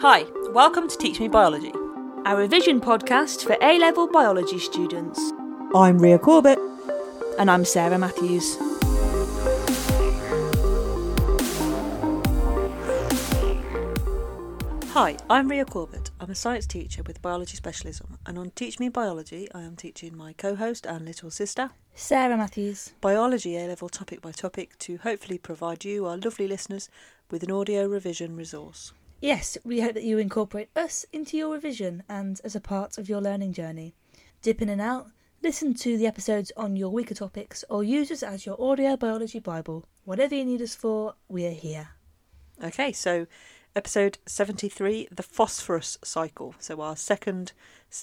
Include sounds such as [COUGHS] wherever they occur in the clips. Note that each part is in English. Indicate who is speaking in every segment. Speaker 1: Hi, welcome to Teach Me Biology.
Speaker 2: our revision podcast for A level biology students.
Speaker 3: I'm Ria Corbett.
Speaker 2: And I'm Sarah Matthews.
Speaker 1: Hi, I'm Ria Corbett. I'm a science teacher with biology specialism, and on Teach Me Biology, I am teaching my co host and little sister
Speaker 4: Sarah Matthews.
Speaker 1: biology A level topic by topic to hopefully provide you, our lovely listeners, with an audio revision resource.
Speaker 4: Yes, we hope that you incorporate us into your revision and as a part of your learning journey. Dip in and out, listen to the episodes on your weaker topics, or use us as your audio biology Bible. Whatever you need us for, we are here.
Speaker 1: Okay, so episode 73 the phosphorus cycle. So, our second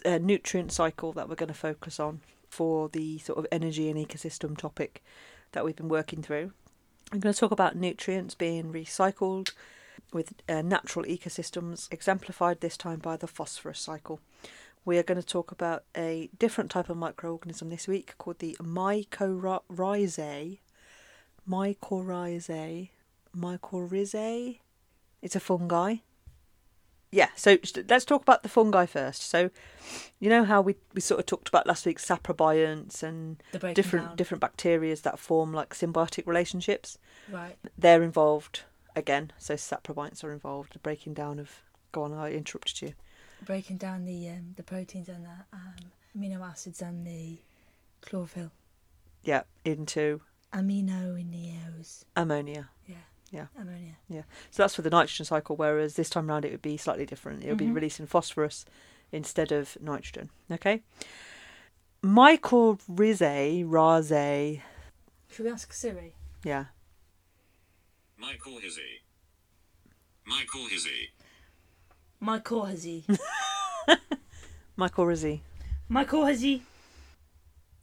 Speaker 1: uh, nutrient cycle that we're going to focus on for the sort of energy and ecosystem topic that we've been working through. I'm going to talk about nutrients being recycled with uh, natural ecosystems, exemplified this time by the phosphorus cycle. We are going to talk about a different type of microorganism this week called the mycorrhizae. Mycorrhizae. Mycorrhizae. It's a fungi. Yeah, so st- let's talk about the fungi first. So, you know how we, we sort of talked about last week saprobionts and
Speaker 4: The breaking
Speaker 1: different
Speaker 4: down.
Speaker 1: different bacteria that form like symbiotic relationships
Speaker 4: Right.
Speaker 1: they're involved again. So saprobionts are involved. The breaking down of. Go on, I interrupted you.
Speaker 4: Breaking down the um, the proteins and the um, amino acids and the chlorophyll.
Speaker 1: Yeah, into
Speaker 4: Amino in the O's.
Speaker 1: ammonia.
Speaker 4: Yeah.
Speaker 1: Yeah.
Speaker 4: Ammonia.
Speaker 1: Yeah. So that's for the nitrogen cycle. Whereas this time round it would be slightly different. It would be releasing phosphorus instead of nitrogen. Okay. Mycorrhizae, rhizae.
Speaker 4: Should we ask Siri?
Speaker 1: Yeah.
Speaker 5: Michael Hizzy. Michael Hizzy.
Speaker 1: [LAUGHS]
Speaker 4: My Corhazy.
Speaker 1: Mycorrhizae.
Speaker 4: My Corhazy.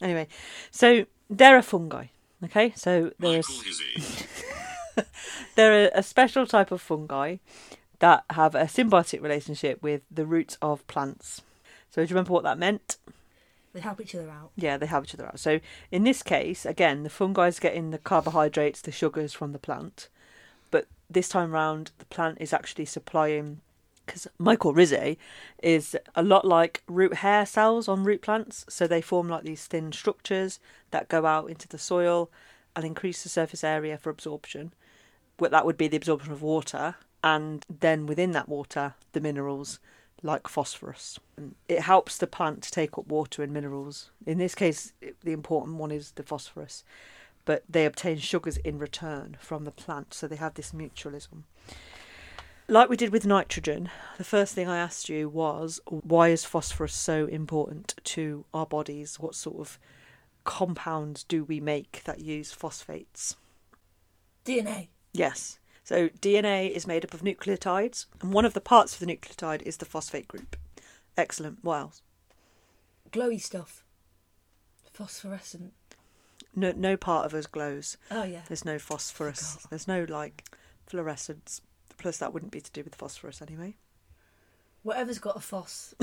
Speaker 1: Anyway, so there are fungi. Okay, so
Speaker 5: Michael
Speaker 1: there's
Speaker 5: Hizzy.
Speaker 1: there are a special type of fungi that have a symbiotic relationship with the roots of plants. So do you remember what that meant?
Speaker 4: They help each other out.
Speaker 1: Yeah, they have each other out. So in this case, again, the fungi is getting the carbohydrates, the sugars from the plant, but this time round, the plant is actually supplying because mycorrhizae is a lot like root hair cells on root plants. So they form like these thin structures that go out into the soil and increase the surface area for absorption. Well, that would be the absorption of water, and then within that water, the minerals like phosphorus. And It helps the plant to take up water and minerals. In this case, it- the important one is the phosphorus, but they obtain sugars in return from the plant, so they have this mutualism. Like we did with nitrogen, the first thing I asked you was why is phosphorus so important to our bodies? What sort of compounds do we make that use phosphates?
Speaker 4: DNA.
Speaker 1: Yes. So DNA is made up of nucleotides, and one of the parts of the nucleotide is the phosphate group. Excellent. What else?
Speaker 4: glowy stuff. Phosphorescent.
Speaker 1: No, no part of us glows.
Speaker 4: Oh yeah.
Speaker 1: There's no phosphorus. There's no like fluorescence. Plus, that wouldn't be to do with phosphorus anyway.
Speaker 4: Whatever's got
Speaker 1: [LAUGHS]
Speaker 4: a phos.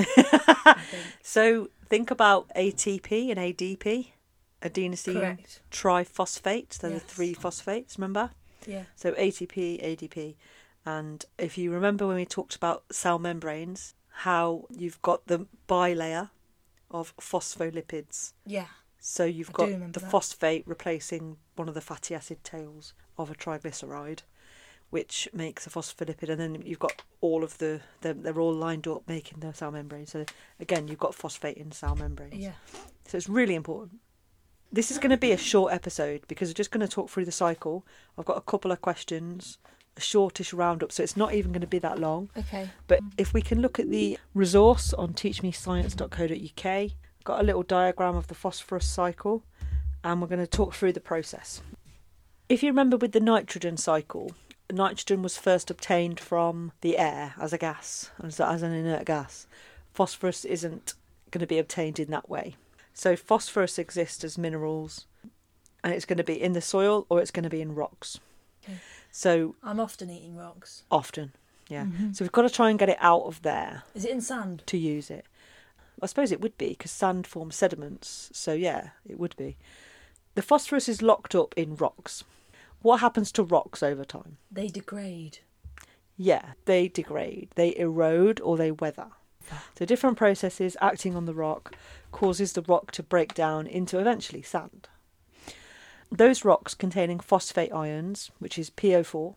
Speaker 1: So think about ATP and ADP, adenosine
Speaker 4: Correct.
Speaker 1: triphosphate. They're
Speaker 4: Yes.
Speaker 1: the three phosphates. Remember?
Speaker 4: Yeah.
Speaker 1: So ATP, ADP. And if you remember when we talked about cell membranes, how you've got the bilayer of phospholipids.
Speaker 4: Yeah.
Speaker 1: So you've
Speaker 4: I do
Speaker 1: got
Speaker 4: remember
Speaker 1: the
Speaker 4: that.
Speaker 1: phosphate replacing one of the fatty acid tails of a triglyceride, which makes a phospholipid. And then you've got all of the, they're, they're all lined up making the cell membrane. So again, you've got phosphate in cell membranes.
Speaker 4: Yeah.
Speaker 1: So it's really important. This is going to be a short episode because we're just going to talk through the cycle. I've got a couple of questions, a shortish roundup, so it's not even going to be that long.
Speaker 4: Okay.
Speaker 1: But if we can look at the resource on teachmescience.co.uk, got a little diagram of the phosphorus cycle, and we're going to talk through the process. If you remember with the nitrogen cycle, nitrogen was first obtained from the air as a gas, as, as an inert gas. Phosphorus isn't going to be obtained in that way. So phosphorus exists as minerals, and it's going to be in the soil or it's going to be in rocks. So
Speaker 4: I'm often eating rocks.
Speaker 1: often. Yeah. So we've got to try and get it out of there
Speaker 4: Is it in sand?
Speaker 1: to use it. I suppose it would be because sand forms sediments. So yeah, it would be. The phosphorus is locked up in rocks. What happens to rocks over time?
Speaker 4: They degrade.
Speaker 1: Yeah, they degrade, they erode, or they weather. So different processes acting on the rock causes the rock to break down into eventually sand. Those rocks containing phosphate ions, which is PO4,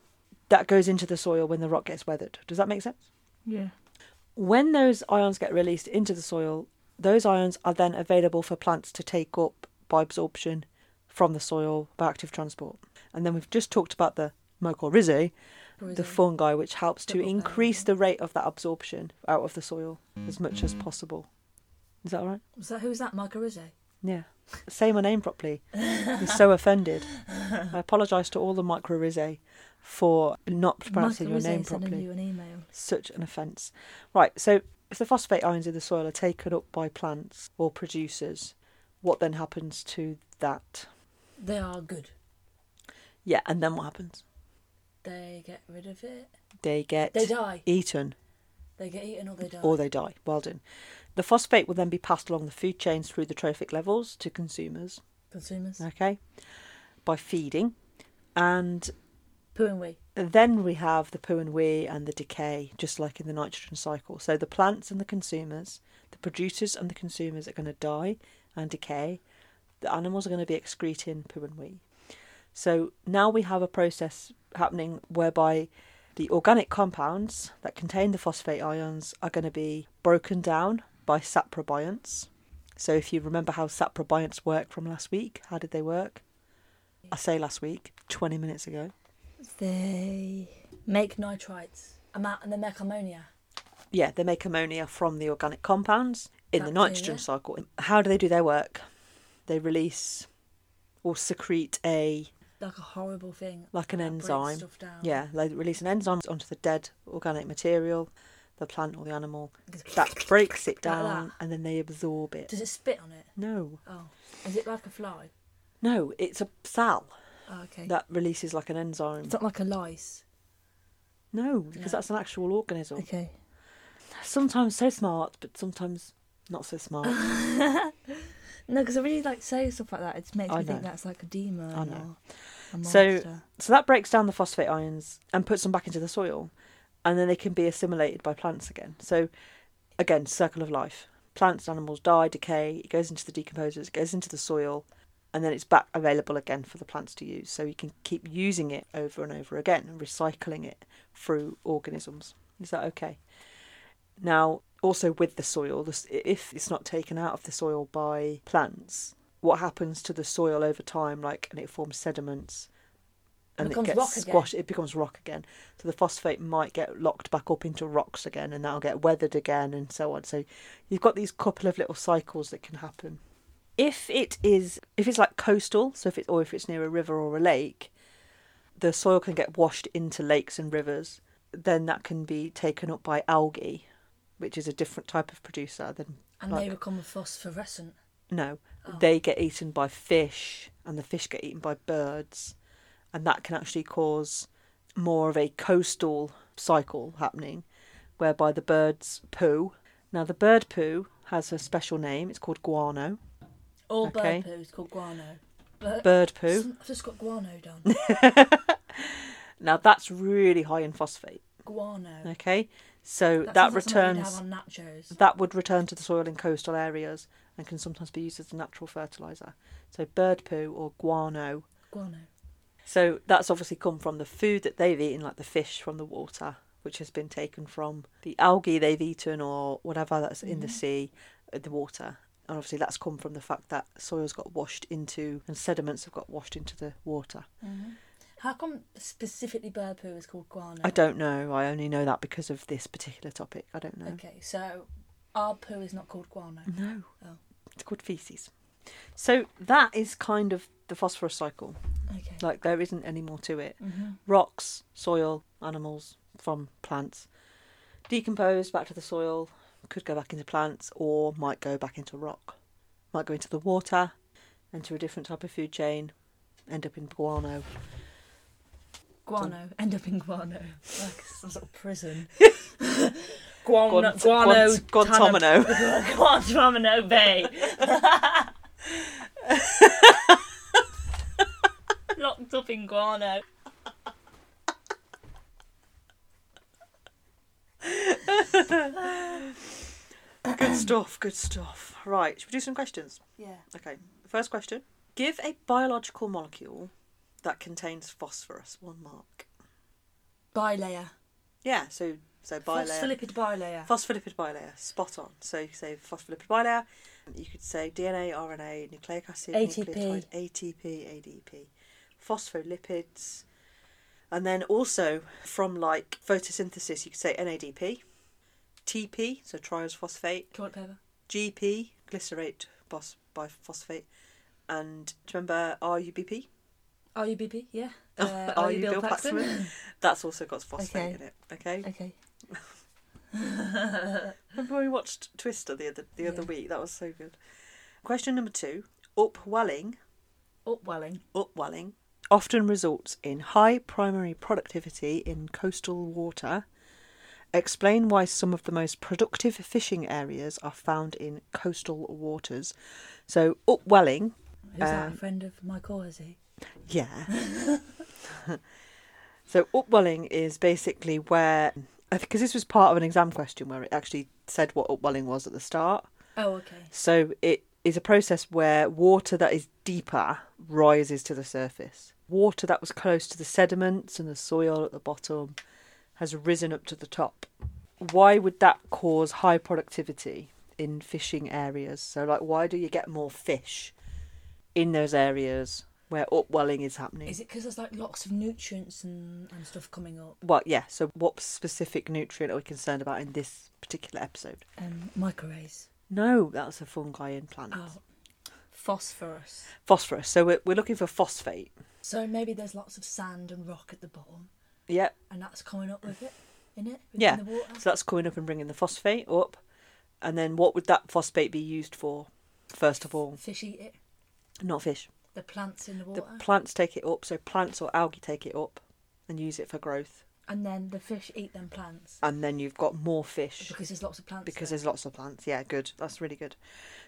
Speaker 1: that goes into the soil when the rock gets weathered. Does that make sense?
Speaker 4: Yeah.
Speaker 1: When those ions get released into the soil, those ions are then available for plants to take up by absorption from the soil by active transport. And then we've just talked about the mycorrhizae, the fungi, which helps to
Speaker 4: Double down,
Speaker 1: increase the rate of that absorption out of the soil as much as possible. Is that all right?
Speaker 4: Was that who's that? Mycorrhizae.
Speaker 1: Yeah. [LAUGHS] Say my name properly. I'm so
Speaker 4: [LAUGHS]
Speaker 1: offended. I apologise to all the mycorrhizae for not pronouncing your name
Speaker 4: Mycorrhizae sending
Speaker 1: properly
Speaker 4: you an email.
Speaker 1: such an offence. Right, so if the phosphate ions in the soil are taken up by plants or producers, what then happens to that?
Speaker 4: They are good.
Speaker 1: Yeah, and then what happens?
Speaker 4: They get rid of it.
Speaker 1: They get
Speaker 4: They die.
Speaker 1: eaten
Speaker 4: They get eaten or they die.
Speaker 1: or they die. Well done. The phosphate will then be passed along the food chains through the trophic levels to consumers,
Speaker 4: Consumers.
Speaker 1: okay, by feeding. And
Speaker 4: Poo and wee.
Speaker 1: then we have the poo and wee and the decay, just like in the nitrogen cycle. So the plants and the consumers, the producers and the consumers are going to die and decay. The animals are going to be excreting poo and wee. So now we have a process happening whereby the organic compounds that contain the phosphate ions are going to be broken down by saprobionts. So if you remember how saprobionts work from last week, how did they work? I say last week, 20 minutes ago.
Speaker 4: They make nitrites. And that- and they make ammonia.
Speaker 1: yeah, they make ammonia from the organic compounds in the
Speaker 4: Bacteria.
Speaker 1: nitrogen cycle. How do they do their work? They release or secrete a
Speaker 4: Like a horrible thing.
Speaker 1: like an
Speaker 4: that breaks
Speaker 1: enzyme.
Speaker 4: Stuff down.
Speaker 1: Yeah, they release an enzyme onto the dead organic material, the plant or the animal. That breaks it down
Speaker 4: that.
Speaker 1: and then they absorb it.
Speaker 4: [COUGHS] Does it spit on it?
Speaker 1: No,
Speaker 4: Oh. Is it like a fly?
Speaker 1: no, it's a cell
Speaker 4: Oh, okay.
Speaker 1: that releases like an enzyme.
Speaker 4: It's not like a lice.
Speaker 1: No, because that's an actual organism.
Speaker 4: Okay.
Speaker 1: Sometimes so smart, but sometimes not so smart. [LAUGHS]
Speaker 4: No, because I really like say stuff like that. It makes
Speaker 1: I
Speaker 4: me think
Speaker 1: know.
Speaker 4: that's like a demon
Speaker 1: I know.
Speaker 4: or a
Speaker 1: So,
Speaker 4: monster.
Speaker 1: so that breaks down the phosphate ions and puts them back into the soil, and then they can be assimilated by plants again. So, again, circle of life. Plants, animals die, decay. It goes into the decomposers, it goes into the soil, and then it's back available again for the plants to use. So you can keep using it over and over again, and recycling it through organisms. Is that okay? Now, also with the soil, this- if it's not taken out of the soil by plants, what happens to the soil over time? Like, and it forms sediments, and it
Speaker 4: Becomes
Speaker 1: gets
Speaker 4: rock again.
Speaker 1: squashed. It becomes rock again. So the phosphate might get locked back up into rocks again, and that'll get weathered again, and so on. So you've got these couple of little cycles that can happen. If it is, if it's like coastal, so if it's or if it's near a river or a lake, the soil can get washed into lakes and rivers. Then that can be taken up by algae, which is a different type of producer than
Speaker 4: and
Speaker 1: like,
Speaker 4: they Oh. become phosphorescent.
Speaker 1: no they get eaten by fish and the fish get eaten by birds and that can actually cause more of a coastal cycle happening whereby the birds poo now the bird poo has a special name it's called guano
Speaker 4: All
Speaker 1: Okay.
Speaker 4: bird poo is called guano. But
Speaker 1: bird poo
Speaker 4: I've just got guano down.
Speaker 1: now that's really high in phosphate
Speaker 4: guano.
Speaker 1: okay so
Speaker 4: That,
Speaker 1: that
Speaker 4: sounds like something
Speaker 1: returns
Speaker 4: You'd have on nachos.
Speaker 1: that would return to the soil in coastal areas and can sometimes be used as a natural fertilizer so bird poo or guano
Speaker 4: Guano.
Speaker 1: So that's obviously come from the food that they've eaten, like the fish from the water, which has been taken from the algae they've eaten or whatever that's in the sea, uh, the water. And obviously that's come from the fact that soils got washed into and sediments have got washed into the water.
Speaker 4: How come specifically bird poo is called guano?
Speaker 1: I don't know. I only know that because of this particular topic. I don't know.
Speaker 4: Okay, so our poo is not called guano.
Speaker 1: No.
Speaker 4: Oh.
Speaker 1: It's called feces. So that is kind of the phosphorus cycle.
Speaker 4: Okay.
Speaker 1: Like um, there isn't any more to it.
Speaker 4: Mm-hmm.
Speaker 1: Rocks, soil, animals from plants decompose back to the soil, could go back into plants or might go back into rock. Might go into the water, enter a different type of food chain, end up in guano.
Speaker 4: Guano. End up in guano. Like some sort
Speaker 1: [LAUGHS]
Speaker 4: of prison.
Speaker 1: Guan-
Speaker 4: Oh, guano. Guano.
Speaker 1: Guant- Guantanamo.
Speaker 4: Tanab- [LAUGHS] Guantanamo Bay. Locked up in guano.
Speaker 1: [LAUGHS] Good stuff, good stuff. Right, should we do some questions?
Speaker 4: Yeah.
Speaker 1: Okay, first question. Give a biological molecule that contains phosphorus one mark.
Speaker 4: Bilayer.
Speaker 1: Yeah, so so bilayer.
Speaker 4: Phospholipid bilayer.
Speaker 1: Phospholipid bilayer, spot on. So you could say phospholipid bilayer. You could say DNA, RNA, nucleic acid,
Speaker 4: ATP.
Speaker 1: nucleotide, ATP, ADP, phospholipids, and then also from like photosynthesis, you could say NADP, TP, so triosphosphate,
Speaker 4: Toilet paper.
Speaker 1: GP, glycerate bos- biphosphate, and do you remember RUBP?
Speaker 4: RUBP, yeah.
Speaker 1: Uh, That's also got phosphate
Speaker 4: Okay.
Speaker 1: in it. Okay.
Speaker 4: Okay.
Speaker 1: Remember when we watched Twister the other the other
Speaker 4: Yeah.
Speaker 1: week? That was so good. Question number two: Upwelling,
Speaker 4: Upwelling.
Speaker 1: upwelling often results in high primary productivity in coastal water. Explain why some of the most productive fishing areas are found in coastal waters. So upwelling
Speaker 4: Who's
Speaker 1: Um,
Speaker 4: that? A friend of Michael, is he?
Speaker 1: Yeah. [LAUGHS] so upwelling is basically where because this was part of an exam question where it actually said what upwelling was at the start.
Speaker 4: Oh, okay.
Speaker 1: So it is a process where water that is deeper rises to the surface. Water that was close to the sediments and the soil at the bottom has risen up to the top. Why would that cause high productivity in fishing areas? So like why do you get more fish in those areas where upwelling is happening?
Speaker 4: Is it because there's like lots of nutrients and, and stuff coming up?
Speaker 1: well, yeah, so what specific nutrient are we concerned about in this particular episode?
Speaker 4: Um, microarrays.
Speaker 1: No, that's a fungi in planets.
Speaker 4: Oh. Phosphorus.
Speaker 1: Phosphorus. So we're, we're looking for phosphate.
Speaker 4: So maybe there's lots of sand and rock at the bottom,
Speaker 1: Yep.
Speaker 4: and that's coming up with it, in it? Within
Speaker 1: Yeah.
Speaker 4: The water?
Speaker 1: So that's coming up and bringing the phosphate up. And then what would that phosphate be used for? First of all,
Speaker 4: Fish eat it.
Speaker 1: not fish.
Speaker 4: The plants in the
Speaker 1: The
Speaker 4: water.
Speaker 1: plants take it up. So plants or algae take it up and use it for growth.
Speaker 4: and then the fish eat them plants
Speaker 1: And then you've got more fish
Speaker 4: because there's lots of plants.
Speaker 1: because
Speaker 4: there.
Speaker 1: there's lots of plants. Yeah, good. That's really good.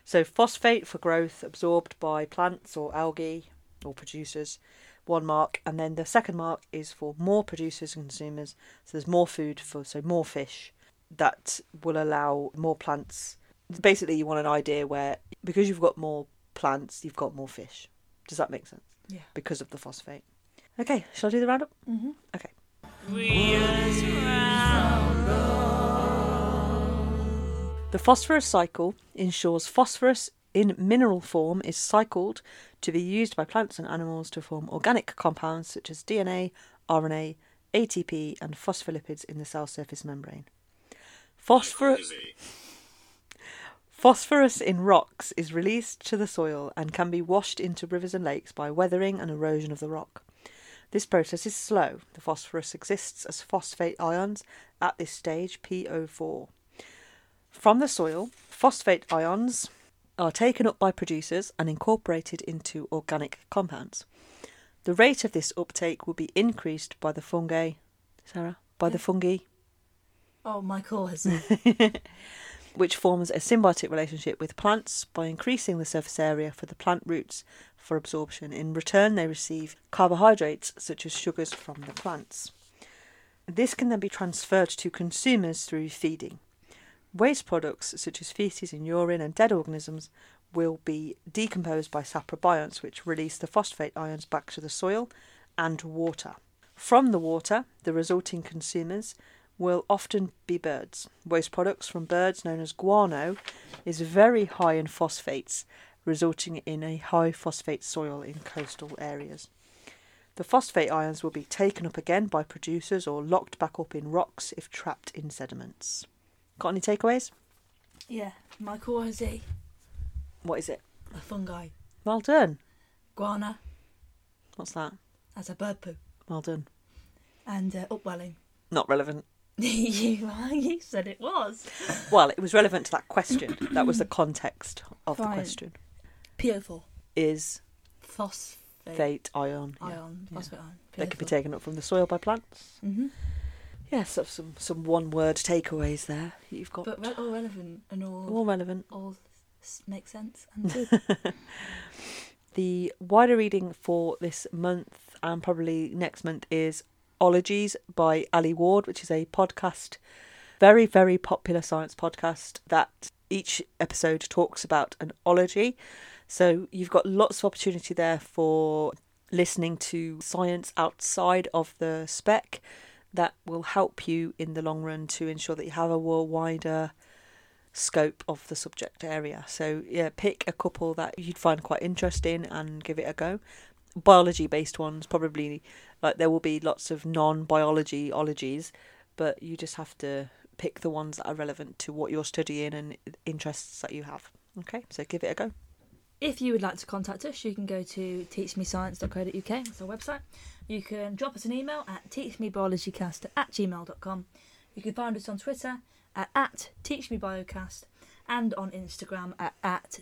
Speaker 1: So phosphate for growth absorbed by plants or algae or producers. One mark, and then the second mark is for more producers and consumers. So there's more food for so more fish that will allow more plants. Basically, you want an idea where because you've got more plants, you've got more fish. Does that make sense?
Speaker 4: Yeah.
Speaker 1: Because of the phosphate. Okay, shall I do the roundup? Mm-hmm. Okay. The phosphorus cycle ensures phosphorus in mineral form is cycled to be used by plants and animals to form organic compounds such as DNA, RNA, ATP, and phospholipids in the cell surface membrane.
Speaker 5: Michael
Speaker 1: Phosphorus.
Speaker 5: Hizzy.
Speaker 1: Phosphorus in rocks is released to the soil and can be washed into rivers and lakes by weathering and erosion of the rock. This process is slow. The phosphorus exists as phosphate ions at this stage, PO4. From the soil, phosphate ions are taken up by producers and incorporated into organic compounds. The rate of this uptake will be increased by the fungi, Sarah, by the fungi
Speaker 4: Oh, Michael has
Speaker 1: Hmm.
Speaker 4: it.
Speaker 1: which forms a symbiotic relationship with plants by increasing the surface area for the plant roots for absorption. In return, they receive carbohydrates such as sugars from the plants. This can then be transferred to consumers through feeding. Waste products such as feces and urine and dead organisms will be decomposed by saprobionts, which release the phosphate ions back to the soil and water. From the water, the resulting consumers will often be birds. Waste products from birds, known as guano, is very high in phosphates, resulting in a high phosphate soil in coastal areas. The phosphate ions will be taken up again by producers or locked back up in rocks if trapped in sediments. Got any takeaways?
Speaker 4: yeah, Michael has it.
Speaker 1: What is it?
Speaker 4: A fungi.
Speaker 1: Well done.
Speaker 4: Guana
Speaker 1: What's that?
Speaker 4: as a bird poo.
Speaker 1: Well done.
Speaker 4: And uh, upwelling. [LAUGHS]
Speaker 1: Not relevant.
Speaker 4: you, you said it was.
Speaker 1: Well, it was relevant to that question. That was the context of the
Speaker 4: Fine.
Speaker 1: question.
Speaker 4: PO4.
Speaker 1: Is
Speaker 4: Phosphate.
Speaker 1: fate ion? yeah,
Speaker 4: Ion.
Speaker 1: yeah.
Speaker 4: Phosphate ion.
Speaker 1: They can be taken up from the soil by plants.
Speaker 4: hmm
Speaker 1: Yes, that's some some one word takeaways there that you've got.
Speaker 4: But re- all relevant and all,
Speaker 1: All relevant.
Speaker 4: all s- make sense and good.
Speaker 1: The wider reading for this month and probably next month is Ologies by Ali Ward, which is a podcast very, very popular science podcast that each episode talks about an ology. So you've got lots of opportunity there for listening to science outside of the spec that will help you in the long run to ensure that you have a wider scope of the subject area. So yeah, pick a couple that you'd find quite interesting and give it a go. Biology based ones probably like there will be lots of non biology ologies, but you just have to pick the ones that are relevant to what you're studying and interests that you have. Okay, so give it a go.
Speaker 4: If you would like to contact us, you can go to teachmescience.co.uk, that's our website. You can drop us an email at teachmebiologycast at gmail.com. You can find us on Twitter at, at teachmebiocast and on Instagram at, at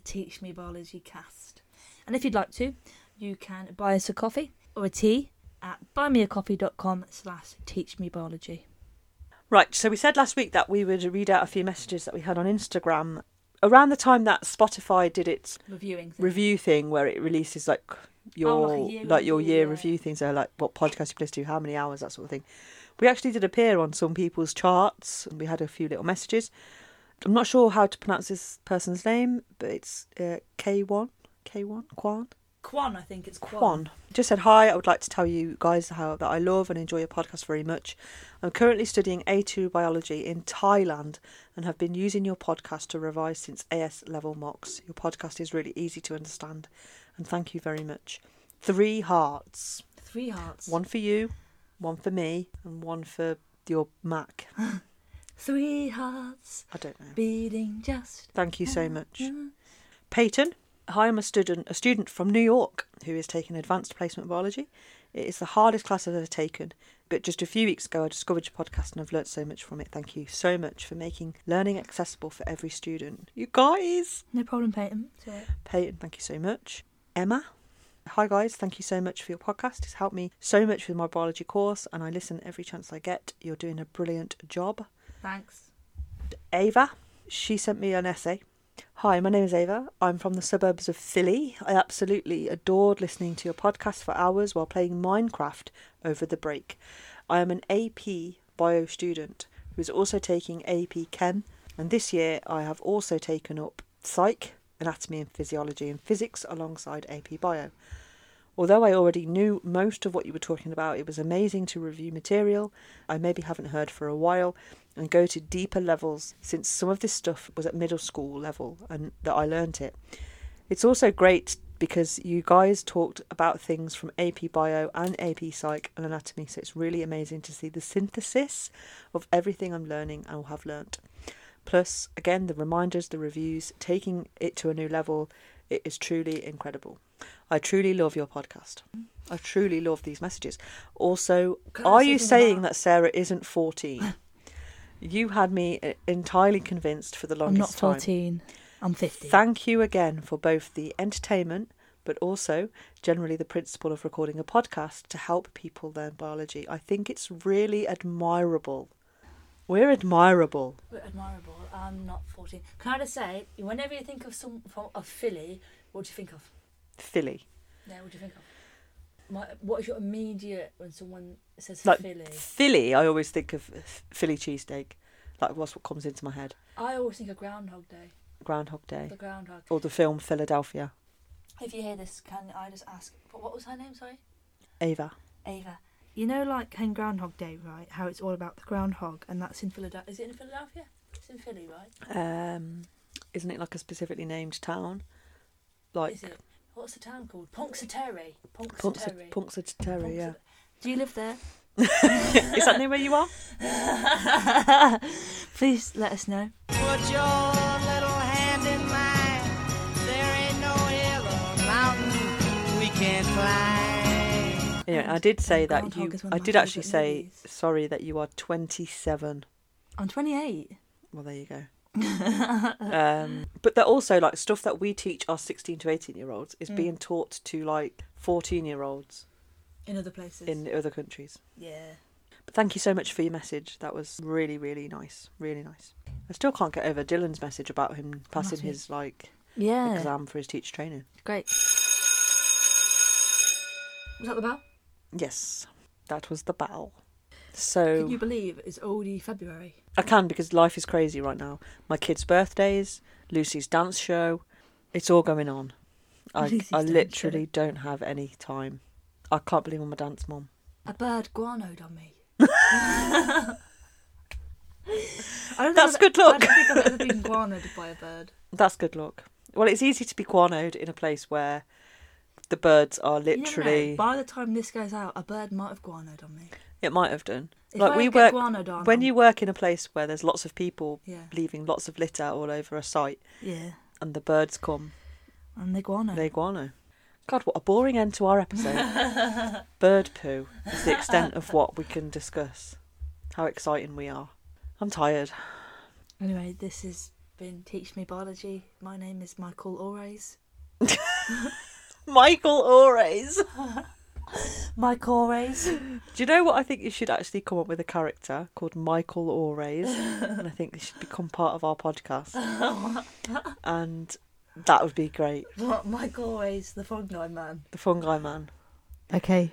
Speaker 4: teachmebiologycast. And if you'd like to, you can buy us a coffee or a tea at buymeacoffee.com slash teachmebiology.
Speaker 1: Right, so we said last week that we would read out a few messages that we had on Instagram around the time that Spotify did its
Speaker 4: Reviewing. thing.
Speaker 1: review thing where it releases like your
Speaker 4: Oh, like a year
Speaker 1: like, your
Speaker 4: review,
Speaker 1: year
Speaker 4: yeah.
Speaker 1: review things so like what podcast you've listened to how many hours that sort of thing we actually did appear on some people's charts and we had a few little messages i'm not sure how to pronounce this person's name but it's uh, k1 k1 kwan
Speaker 4: Quan, I think it's Quan.
Speaker 1: Kwan just said hi. I would like to tell you guys how that I love and enjoy your podcast very much. I'm currently studying A2 biology in Thailand and have been using your podcast to revise since AS level mocks. Your podcast is really easy to understand, and thank you very much. Three hearts,
Speaker 4: Three hearts.
Speaker 1: one for you, one for me, and one for your Mac.
Speaker 4: Three hearts
Speaker 1: I don't know.
Speaker 4: beating just.
Speaker 1: Thank you so much. Peyton, hi, I'm a student, a student from New York who is taking advanced placement biology. It is the hardest class I've ever taken, but just a few weeks ago I discovered your podcast and I've learnt so much from it. Thank you so much for making learning accessible for every student. You guys!
Speaker 4: No problem, Peyton. It's all right.
Speaker 1: Peyton, thank you so much. Emma, hi guys, thank you so much for your podcast. It's helped me so much with my biology course and I listen every chance I get. You're doing a brilliant job.
Speaker 4: Thanks.
Speaker 1: Ava. She sent me an essay. Hi, my name is Ava. I'm from the suburbs of Philly. I absolutely adored listening to your podcast for hours while playing Minecraft over the break. I am an AP bio student who is also taking AP Chem, and this year I have also taken up Psych, Anatomy and Physiology, and Physics alongside AP Bio. Although I already knew most of what you were talking about, it was amazing to review material I maybe haven't heard for a while and go to deeper levels since some of this stuff was at middle school level and that I learnt it. It's also great because you guys talked about things from AP Bio and AP Psych and Anatomy, so it's really amazing to see the synthesis of everything I'm learning and will have learnt. Plus, again, the reminders, the reviews, taking it to a new level, it is truly incredible. I truly love your podcast. I truly love these messages. Also,
Speaker 4: Can I
Speaker 1: are
Speaker 4: say
Speaker 1: you
Speaker 4: something
Speaker 1: saying
Speaker 4: about-
Speaker 1: that Sarah isn't
Speaker 4: [LAUGHS]
Speaker 1: 14? you had me uh, entirely convinced for the
Speaker 4: I'm not
Speaker 1: longest time.
Speaker 4: 14. I'm 50.
Speaker 1: Thank you again for both the entertainment, but also generally the principle of recording a podcast to help people learn biology. I think it's really admirable. We're admirable.
Speaker 4: We're admirable. I'm not 14. Can I just say, whenever you think of some from of Philly, what do you think of?
Speaker 1: Philly.
Speaker 4: Yeah, what do you think of? My, what is your immediate when someone says
Speaker 1: Like
Speaker 4: Philly?
Speaker 1: Philly, I always think of uh, Philly cheesesteak. Like, what's what comes into my head?
Speaker 4: I always think of Groundhog Day.
Speaker 1: Groundhog Day.
Speaker 4: The Groundhog.
Speaker 1: Or the film Philadelphia.
Speaker 4: If you hear this, can I just ask? What what was her name? Sorry,
Speaker 1: Ava.
Speaker 4: Ava. You know, like in Groundhog Day, right? How it's all about the groundhog, and that's in Philadelphia. Is it in Philadelphia? It's in Philly, right?
Speaker 1: Um, isn't it like a specifically named town? Like
Speaker 4: Is it? What's the town called? Ponxeteri. Ponxeteri.
Speaker 1: Punxsutawney. Punxsutawney, yeah.
Speaker 4: Do you live there?
Speaker 1: [LAUGHS] Is that near where you are?
Speaker 4: [LAUGHS] Please let us know.
Speaker 3: Put your little hand in mine. There ain't no hill or mountain we can't climb.
Speaker 1: Anyway,
Speaker 4: And-
Speaker 1: I did say
Speaker 4: and
Speaker 1: that
Speaker 4: Groundhog
Speaker 1: you.
Speaker 4: is one of
Speaker 1: I
Speaker 4: my
Speaker 1: did actually
Speaker 4: favourite
Speaker 1: say
Speaker 4: movies.
Speaker 1: sorry that you are twenty-seven.
Speaker 4: I'm 28.
Speaker 1: Well, there you
Speaker 4: [LAUGHS]
Speaker 1: go. um, but they're also like stuff that we teach our sixteen to eighteen-year-olds
Speaker 4: Mm.
Speaker 1: is being taught to like fourteen-year-olds
Speaker 4: In other places.
Speaker 1: in other countries.
Speaker 4: Yeah.
Speaker 1: But thank you so much for your message. That was really, really nice. Really nice. I still can't get over Dylan's message about him passing
Speaker 4: Must be.
Speaker 1: his like
Speaker 4: Yeah.
Speaker 1: exam for his teacher training.
Speaker 4: Great. Was that the bell?
Speaker 1: Yes, that was the bell. So
Speaker 6: Can you believe it's already February?
Speaker 1: I can because life is crazy right now. My kids' birthdays, Lucy's dance show, it's all going on. I,
Speaker 4: Lucy's
Speaker 1: I
Speaker 4: dance show.
Speaker 1: literally don't have any time. I can't believe I'm a dance mom.
Speaker 6: A bird guanoed on
Speaker 1: [LAUGHS]
Speaker 6: me. I don't
Speaker 1: That's
Speaker 6: think I've-
Speaker 1: good luck.
Speaker 6: I don't think I've ever been guanoed by a bird.
Speaker 1: That's good luck. Well, it's easy to be guanoed in a place where the birds are
Speaker 6: You never know,
Speaker 1: literally.
Speaker 6: By the time this goes out, a bird might have guanoed on me.
Speaker 1: It might have done.
Speaker 6: If
Speaker 1: like
Speaker 6: I
Speaker 1: we
Speaker 6: get
Speaker 1: work
Speaker 6: guanoed on,
Speaker 1: when
Speaker 6: I'm-
Speaker 1: you work in a place where there's lots of people
Speaker 6: Yeah.
Speaker 1: leaving lots of litter all over a site,
Speaker 4: Yeah,
Speaker 1: and the birds come.
Speaker 4: and the guano.
Speaker 1: They guano. God, what a boring end to our [LAUGHS] episode. Bird poo is the extent of what we can discuss. How exciting we are. I'm tired.
Speaker 6: Anyway, this has been Teach Me Biology. My name is Michael Ores.
Speaker 1: Michael Ores. Do
Speaker 4: My cores.
Speaker 6: [LAUGHS]
Speaker 1: you know what? I think you should actually come up with a character called Michael Ores, and I think they should become part of our [LAUGHS] podcast. And that would be great.
Speaker 4: what? My cores, the fungi man.
Speaker 1: The fungi man.
Speaker 4: Okay.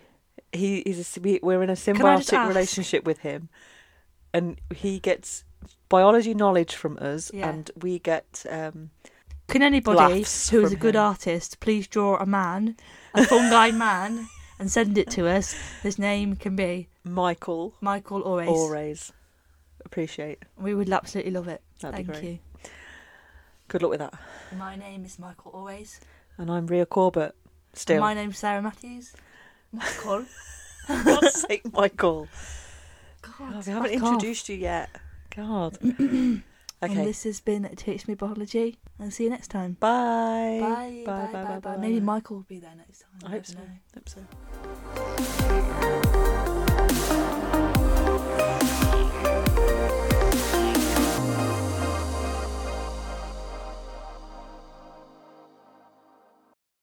Speaker 1: he is a, we- we're in a
Speaker 4: I just
Speaker 1: symbiotic
Speaker 4: ask?
Speaker 1: relationship with him and he gets biology knowledge from us
Speaker 6: Yeah.
Speaker 1: and we get um
Speaker 4: Can anybody
Speaker 1: Laughs
Speaker 4: who is a
Speaker 1: from
Speaker 4: good
Speaker 1: him.
Speaker 4: artist please draw a man, a fungi man, and send it to us? His name can be
Speaker 1: michael
Speaker 4: Michael Ores.
Speaker 1: always appreciate
Speaker 4: We would absolutely love it.
Speaker 1: That'd be
Speaker 4: Thank
Speaker 1: great.
Speaker 4: you.
Speaker 1: good luck with that
Speaker 6: My name is Michael Ores.
Speaker 1: and i'm Rhea corbett still [LAUGHS]
Speaker 6: My name's Sarah Matthews.
Speaker 4: [LAUGHS]
Speaker 6: Michael.
Speaker 1: God's sake michael
Speaker 6: God.
Speaker 1: God, Oh, we haven't
Speaker 4: back Oh, off.
Speaker 1: introduced you yet god [CLEARS THROAT] okay
Speaker 4: And this has been Teach Me Biology, and see you next time.
Speaker 1: bye.
Speaker 6: Bye, bye, bye, bye, bye. Maybe Michael will be there next time.
Speaker 1: i
Speaker 6: don't
Speaker 1: hope so
Speaker 6: know.
Speaker 1: I hope so
Speaker 3: Thank